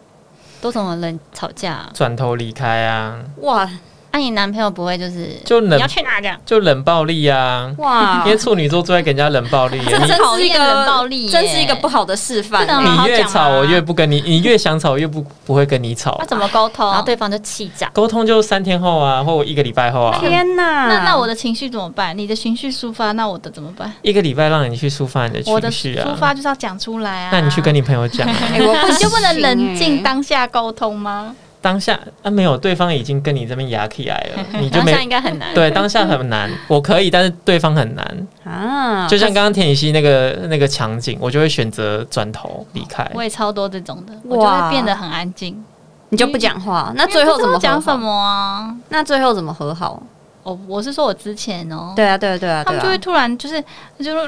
B: 都怎么冷吵架、啊？
A: 转头离开啊，
D: 哇
B: 那、你男朋友不会就是
A: 就冷
C: 你要去哪这样？
A: 就冷暴力啊，
D: 哇
A: 因为，处女座最爱给人家冷暴力啊。
D: 这真
C: 讨
D: 是一
C: 厌
D: 个
C: 冷暴力耶
D: 真是一个不好的示范
C: 不能
A: 你
D: 欸。
C: 好好
A: 你越
C: 讲
A: 吵，
C: 嘛
A: 我越不跟你；你越想吵，我越不不会跟你吵
C: 那。怎么沟通？
B: 然后对方就气炸？
A: 沟通就三天后啊，或我一个礼拜后啊，
D: 天哪！
C: 那那我的情绪怎么办？你的情绪抒发，那我的怎么办？
A: 一个礼拜让你去抒发你的
C: 我的
A: 情绪
C: 抒
A: 啊。
C: 发就是要讲出来啊。
A: 那你去跟你朋友讲啊，
D: *laughs* 哎我
C: *laughs*
D: 哎
C: 你就不能冷静
D: 当。
C: 当下沟通吗？
A: 当下啊没有，对方已经跟你这边牙起来了，你就
B: 当下
A: 没
B: 应该很难。
A: 对当下很难。我可以，但是对方很难。
D: 啊，
A: 就像刚刚田雨希那个那个场景，我就会选择转头离开。
C: 我也超多这种的，我
D: 哇
C: 就会变得很安静。
D: 你就不讲话，那
C: 那
D: 最后怎么和
C: 讲
D: 好
C: 什？么啊？
D: 那最后怎么和好？
C: 哦，我是说我之前哦，
D: 对啊，对啊，对啊，
C: 他
D: 对
C: 们就会
D: 啊。
C: 突然就是就说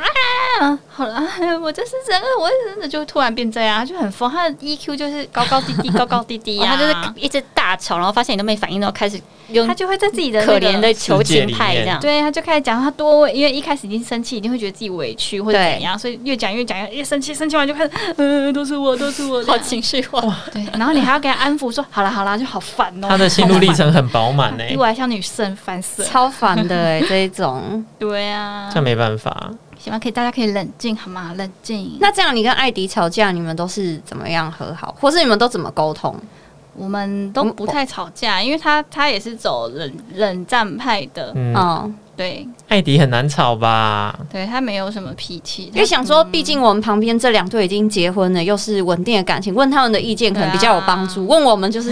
C: 啊，好了，哎 *laughs* 我就是这个，我真的就会突然变这样，就很疯。他的 EQ 就是高高低
B: *laughs*
C: 低，高高低
B: *laughs*
C: 低
B: 哦他
C: 呀、啊，
B: 就是一直大吵，然后发现你都没反应，然后开始用
C: 他就会在自己的、那
B: 可
C: 个
B: 怜的求情派这样。
C: 对，他就开始讲他多委，因为一开始已经生气，一定会觉得自己委屈或者
D: 对
C: 怎样，所以越讲越讲，越生气，生气完就开始，呃，都是我，都是我，
B: 好情绪化，
C: 对，然后你还要给他安抚说，好啦好啦，就好烦哦。
A: 他的心路历程很饱满欸呢
C: *laughs* 比，我还像女生烦死了。
D: 超烦的哎、这一种。
C: 对啊
A: 这，没办法。
C: 希望可以大家可以冷静好吗？冷静。
D: 那这样，你跟艾迪吵架，你们都是怎么样和好，或是你们都怎么沟通？
C: 我们都不太吵架，因为他他也是走冷冷战派的，
A: 嗯，
D: 哦，
C: 对
A: 艾迪很难吵吧？
C: 对，他没有什么脾气，
D: 因为想说，毕竟我们旁边这两对已经结婚了，又是稳定的感情，问他们的意见可能比较有帮助。问我们就是，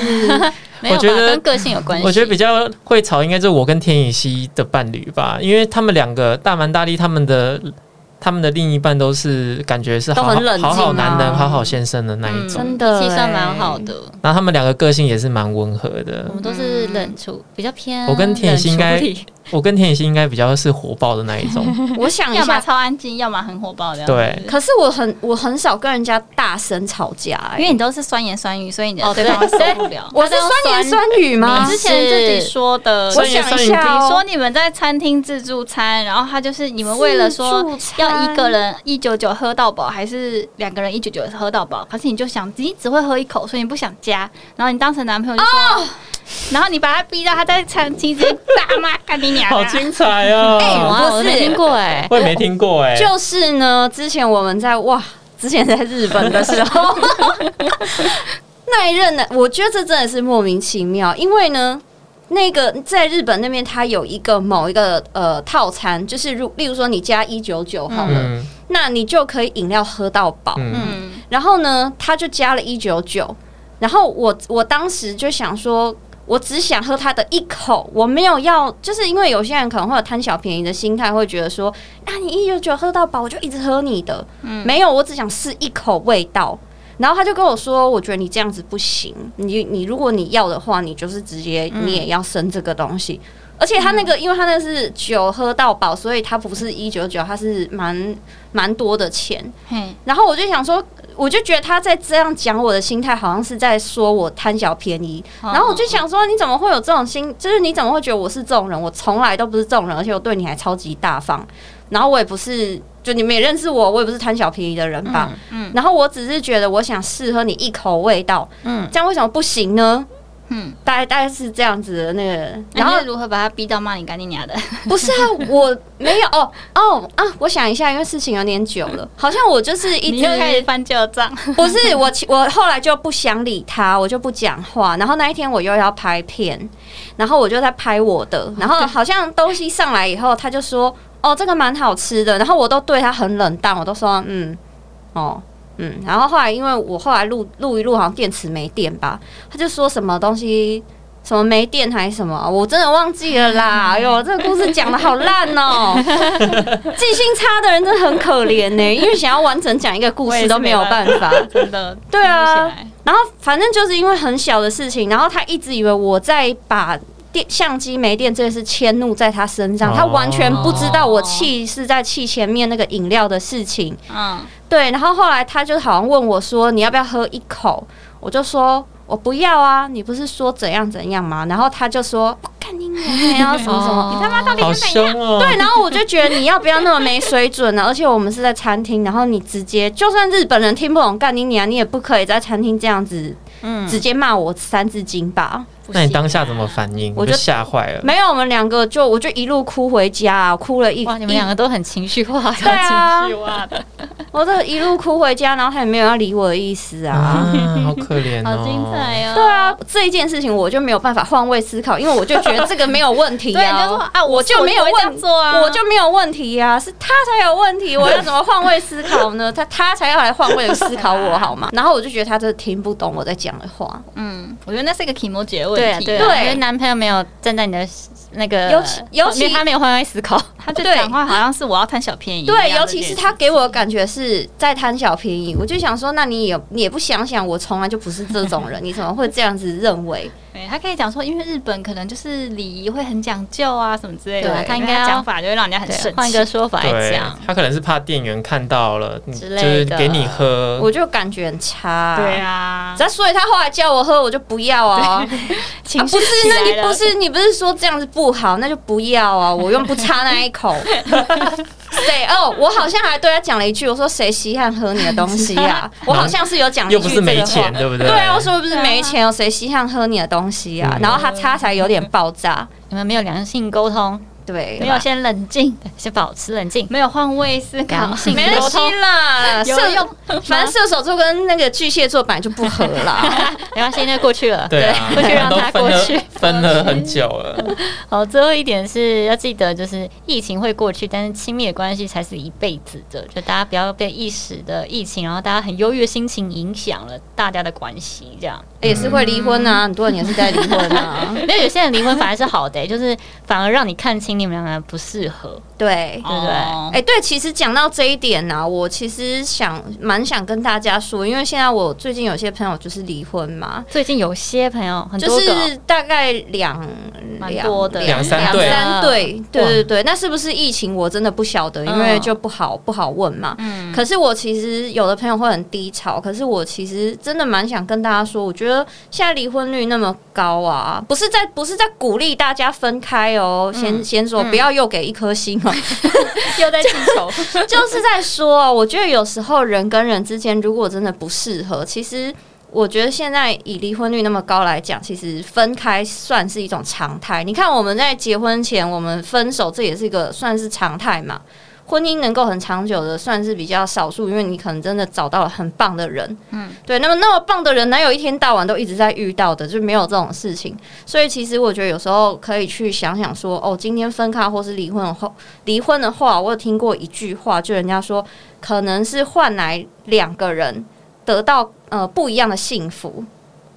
B: 没有
A: 我觉
B: 吧？
A: 得
B: 跟个性有关系。
A: 我觉得比较会吵，应该就是我跟田雨希的伴侣吧，因为他们两个大蛮大力，他们的他们的另一半都是感觉是好
D: 都
A: 好
D: 很冷静啊
A: 好好男人、好好先生的那一种。
D: 真的
B: 气算
D: 欸
B: 蛮好的。
A: 然后他们两个个性也是蛮温和的
B: 我。们都是冷处，比较偏。
A: 我跟田心应该我跟田雨希应该比较是火爆的那一种，
D: *laughs* 我想一
C: 要么
D: 下，
C: 超安静，要么很火爆的。
A: 对
D: 可是我很我很少跟人家大声吵架、
C: 因
D: 欸，
C: 为你都是酸言酸语，所以你的
B: 哦
C: 对
B: 对
C: 方会受不
D: *laughs*
C: 了。
D: 我是酸言酸语吗？
C: 你之前自己说的，
D: 我
A: 酸言
D: 想一
A: 酸语
D: 下、哦，
C: 你说你们在餐厅自助餐，然后他就是你们为了说
D: 自助餐
C: 要一个人一九九喝到饱，还是两个人一九九喝到饱？可是你就想你只会喝一口，所以你不想加，然后你当成男朋友就说，然后你把他逼到他在餐厅直接大骂干你娘啊！
A: *laughs* 好精彩哦！
D: 哎
B: 哇，
D: 不
B: 我
D: 是
B: 没听过哎，
A: 我也没听过哎、
D: 就是呢，之前我们在哇，之前在日本的时
A: *laughs*
D: 候，那一任呢，我觉得这真的是莫名其妙，因为呢。那个在日本那边，它有一个某一个呃套餐，就是如例如说你加一九九好了，
A: 嗯
D: 那你就可以饮料喝到饱。
A: 嗯，
C: 嗯，
D: 然后呢，他就加了一九九，然后我我当时就想说，我只想喝他的一口，我没有要，就是因为有些人可能会有贪小便宜的心态，会觉得说，啊，你一九九喝到饱，我就一直喝你的，没有，我只想试一口味道。然后他就跟我说：“我觉得你这样子不行，你你如果你要的话，你就是直接你也要生这个东西。而且他那个，因为他那是酒喝到饱，所以他不是一九九，他是蛮蛮多的钱。
C: 嘿，
D: 然后我就想说，我就觉得他在这样讲我的心态，好像是在说我贪小便宜。
C: 哦
D: 然后我就想说，你怎么会有这种心？就是你怎么会觉得我是这种人？我从来都不是这种人，而且我对你还超级大方。然后我也不是，就你们也认识我，我也不是贪小便宜的人吧。
C: 嗯嗯
D: 然后我只是觉得，我想试喝你一口味道，
B: 嗯，
D: 这样为什么不行呢？
C: 嗯，
D: 大概大概是这样子的那个，
C: 然
D: 然后
C: *laughs* 后如何把他逼到骂你干你娘的？
D: 不是啊，我没有哦哦啊！我想一下，因为事情有点久了，好像我就是一
C: 你又开始
D: 直
C: 翻旧账，
D: 不是我其，我后来就不想理他，我就不讲话。然后那一天我又要拍片，然后我就在拍我的，然后好像东西上来以后，他就说：“哦，这个蛮好吃的。”然后我都对他很冷淡，我都说：“嗯，哦。”嗯，然后后来因为我后来录录一录，好像电池没电吧，他就说什么东西什么没电还是什么，我真的忘记了啦。哎呦，这个故事讲的好烂哦、记性差的人真的很可怜呢、因为想要完整讲一个故事都没有办法。
C: 真的。
D: 对啊
C: 记不起来，
D: 然后反正就是因为很小的事情，然后他一直以为我在把电相机没电这件事迁怒在他身上，
A: 哦
D: 他完全不知道我气是在气前面那个饮料的事情。
C: 嗯，
D: 对，然后后来他就好像问我说：“你要不要喝一口？”我就说。我不要啊！你不是说怎样怎样吗？然后他就说不干你娘，然后什么什么，
B: 哦
D: 你他妈到底
A: 好凶
C: 嗯
A: 哦！
D: 对，然后我就觉得你要不要那么没水准呢、而 *laughs* 且我们是在餐厅，然后你直接就算日本人听不懂干你娘，你也不可以在餐厅这样子，
B: 嗯
D: 直接骂我三字经吧。
C: 不
A: 那你
C: 行啊
A: 当下怎么反应？
D: 我
A: 你就
D: 就
A: 吓坏
C: 嗯
A: 了。
D: 没有，我们两个就我就一路哭回家、啊哭了一
B: 哇，你们两
D: 个，
B: 个都很情绪化，
D: 对啊
C: 情绪，哦化的，
D: 我这一路哭回家，然后他也没有要理我的意思啊。
A: 啊，
C: 嗯
A: 好可怜哦！
C: 好精彩哦！
D: 对啊，这一件事情我就没有办法换位思考，因为我就觉得这个没有问题、啊。
C: *laughs* 对，你就说啊，
D: 我就没有
C: 我不会这样
D: 问，
C: 做啊，
D: 我就没有问题呀、是他才有问
C: *laughs*
D: 题，我要怎么换位思考呢？他他才要来换位思考我好吗？然后我就觉得他真的听不懂我在讲的话，
C: 嗯，我觉得那是一个题目解的
B: 对
C: 问
B: 啊
C: 题，
B: 对
D: 对
B: 啊，因为男朋友没有站在你的那个，
D: 尤其尤其
B: 因为他没有换位思考，
C: 他就讲话好像是我要贪小便宜一样的这
D: 对，
C: 件事，
D: 尤其是他给我的感觉是在贪小便宜，我就想说，那你也你也不想想，我从来就不是这种
C: *laughs*
D: 人，你怎么会这样子认为？
C: 对，他可以讲说，因为日本可能就是礼仪会很讲究啊，什么之类的。
B: 对他应该
C: 但
B: 要
C: 讲法就会让人家很
B: 对
C: 生
B: 换一
C: 气
B: 个。说法来
A: 对
B: 讲，，
A: 他可能是怕店员看到了，嗯
B: 之
A: 就
B: 类
A: 是
B: 的
A: 给你喝。
D: 我就感觉很差、
C: 呃对。啊，
D: 那所以他后来叫我喝，我就不要啊！啊
C: 情绪
D: 不是，
C: 起
D: 那
C: 来
D: 你
C: 了
D: 不是你不是说这样子不好，那就不要啊！我又不差那一口。谁哦？我好像还对他讲了一句，我说谁稀罕喝你的东西啊？我好像是有讲一
A: 又
D: 句
A: 不
D: 这
A: 是
D: 个
A: 没
D: 话
A: 钱，。对不对？
D: 对啊，我说又不是没钱哦，谁稀罕喝你的东西啊？
A: 嗯
D: 然后他差才有点爆炸，
B: 你们没有良性沟通，
D: 对，
B: 没有先冷静，对先保持冷静，
C: 没有换位思考
B: 良，性
D: 没关
B: 沟
D: 系
B: 通，
C: 啊
D: 啦，
C: 有
D: 射
C: 用
D: 反正射手座跟那个巨蟹座本来就不合啦。
B: 没关系，那就过去了。
A: 对 *laughs* 啊，
B: 过去让
A: 都
B: 他
A: 分
B: 过
A: 了
B: 去。
A: 分了很久了。
B: 好，最后一点是要记得，就是疫情会过去，但是亲密的关系才是一辈子的。就大家不要被一时的疫情，然后大家很忧郁的心情影响了大家的关系，
D: *laughs*
B: 这样。
D: 也是会离婚啊，很多人也是在离婚啊，
B: 没有，有些人离婚反而是好的欸、就是反而让你看清你们两个人不适合。对
D: 对。
B: 不对
C: 哦
D: 哎、对，其实讲到这一点呢、我其实想蛮想跟大家说，因为现在我最近有些朋友就是离婚嘛，
B: 最近有些朋友很多
D: 就
B: 个哦
D: 是大概两
B: 蛮
D: 两
B: 多的嗯
A: 两三
D: 两
A: 对
D: 三对，对
A: 哇
D: 对对。那是不是疫情？我真的不晓得，因为就不好、不好问嘛。
C: 嗯
D: 可是我其实有的朋友会很低潮，可是我其实真的蛮想跟大家说，我觉得现在离婚率那么高啊，不是在不是在鼓励大家分开哦，
B: 嗯
D: 先先说不要又给一颗星哦，
C: *laughs* 又在记仇，
D: *laughs* 就是在说哦，我觉得有时候人跟人之间如果真的不适合，其实我觉得现在以离婚率那么高来讲，其实分开算是一种常态。你看我们在结婚前，我们分手这也是一个算是常态嘛。婚姻能够很长久的，算是比较少数，因为你可能真的找到了很棒的人，嗯，对。那么那么棒的人，哪有一天到晚都一直在遇到的？就没有这种事情。所以其实我觉得有时候可以去想想说，哦，今天分开或是离婚的话，离婚的话，我有听过一句话，就人家说，可能是换来两个人得到呃不一样的幸福，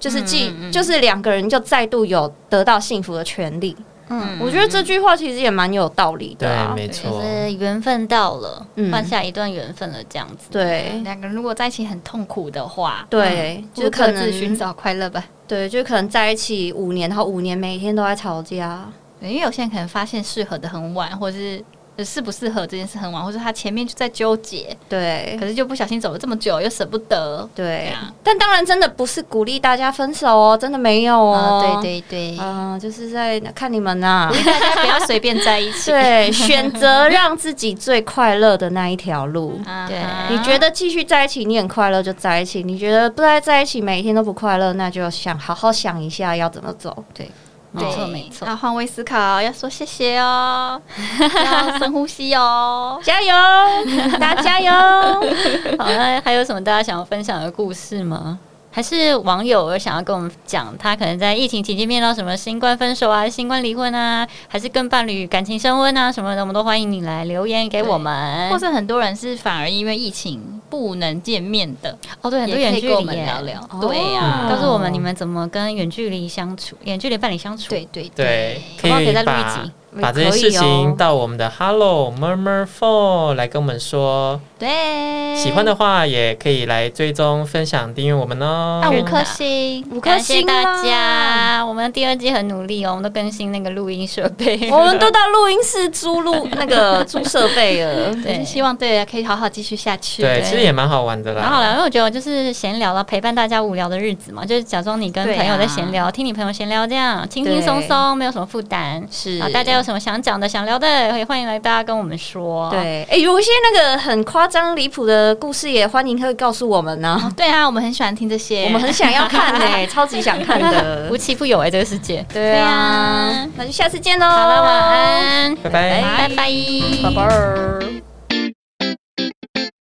D: 就是既、
C: 嗯嗯嗯
D: 就是两个人就再度有得到幸福的权利。
B: 嗯，
D: 我觉得这句话其实也蛮有道理的、
A: 对，
D: 啊，
A: 没错
B: 就。是缘分到了，
D: 嗯
B: 换下一段缘分了，这样子。哦
D: 对
C: 两个人如果在一起很痛苦的话，
D: 对，就
C: 就
D: 是可
C: 各自
D: 能
C: 寻找快乐吧。
D: 对，就可能在一起五年，然后五年每天都在吵架，
C: 对因为有些人可能发现适合的很晚，或者是呃适不适合这件事很晚，或者他前面就在纠结，
D: 对
C: 可是就不小心走了这么久，又舍不得。对
D: 对
C: 啊，
D: 但当然真的不是鼓励大家分手哦，真的没有哦，
C: 啊，对对对，
D: 嗯、就是在看你们呐、
C: *laughs* 大家不要随便在一起。
D: 对，选择让自己最快乐的那一条路。
C: 啊
B: 对
C: 哈
D: 你觉得继续在一起你很快乐就在一起，你觉得不在在一起每一天都不快乐，那就想好好想一下要怎么走。对，
B: 没错
C: 对
B: 没错
C: 要换位思考，要说谢谢哦，要深呼吸哦。
D: 加油，大家加油！
B: 好，那还有什么大家想要分享的故事吗？还是网友有想要跟我们讲，他可能在疫情期间面到什么新冠分手啊、新冠离婚啊，还是跟伴侣感情升温啊什么的，我们都欢迎你来留言给我们。
C: 或是很多人是反而因为疫情不能见面的，
B: 哦，对，很多
C: 也
B: 远
C: 可以
B: 距
C: 跟我
B: 离
C: 们
B: 耶
C: 聊聊。
D: 哦
C: 对啊呀、
A: 嗯
B: 告诉我们你们怎么跟远距离相处，远距离伴侣相处。
C: 对对
A: 对，
B: 搞不好可以再录一
A: 把
B: 集
A: 把这件事情到我们的 Hello Murmur Phone 来跟我们说。
B: 嗯
C: 对，
A: 喜欢的话也可以来追踪、分享、订阅我们哦。
C: 按五颗星，
D: 五颗
B: 感谢
D: 星
B: 大
D: 啦！
B: 家，我们第二季很努力哦，我们都更新那个录音设备，
D: 我 *laughs* 们都到录音室租录那 *laughs* 个租设备了。
C: 对，
B: 对
C: 就希望对啊可以好好继续下去。
A: 对，啊其实也蛮好玩的啦。
B: 蛮好聊，因为我觉得我就是闲聊了，陪伴大家无聊的日子嘛，就是假装你跟
C: 对啊
B: 朋友在闲聊，听你朋友闲聊，这样轻轻松松，没有什么负担。
D: 是
B: 啊，大家有什么想讲的、想聊的，也欢迎来大家跟我们说。，
D: 对，哎、有一些那个很夸张离谱的故事，也欢迎可以告诉我们呢、 *laughs*
C: 哦对啊，我们很喜欢听这些，
D: 我们很想要看呢、 *laughs* 超级想看
B: 无
D: *laughs* 的。
B: 奇不有哎、这个世界。
D: 对啊，那就下次见喽。
B: 好了，晚。安，
A: 拜拜
B: 拜拜，
D: 宝贝儿。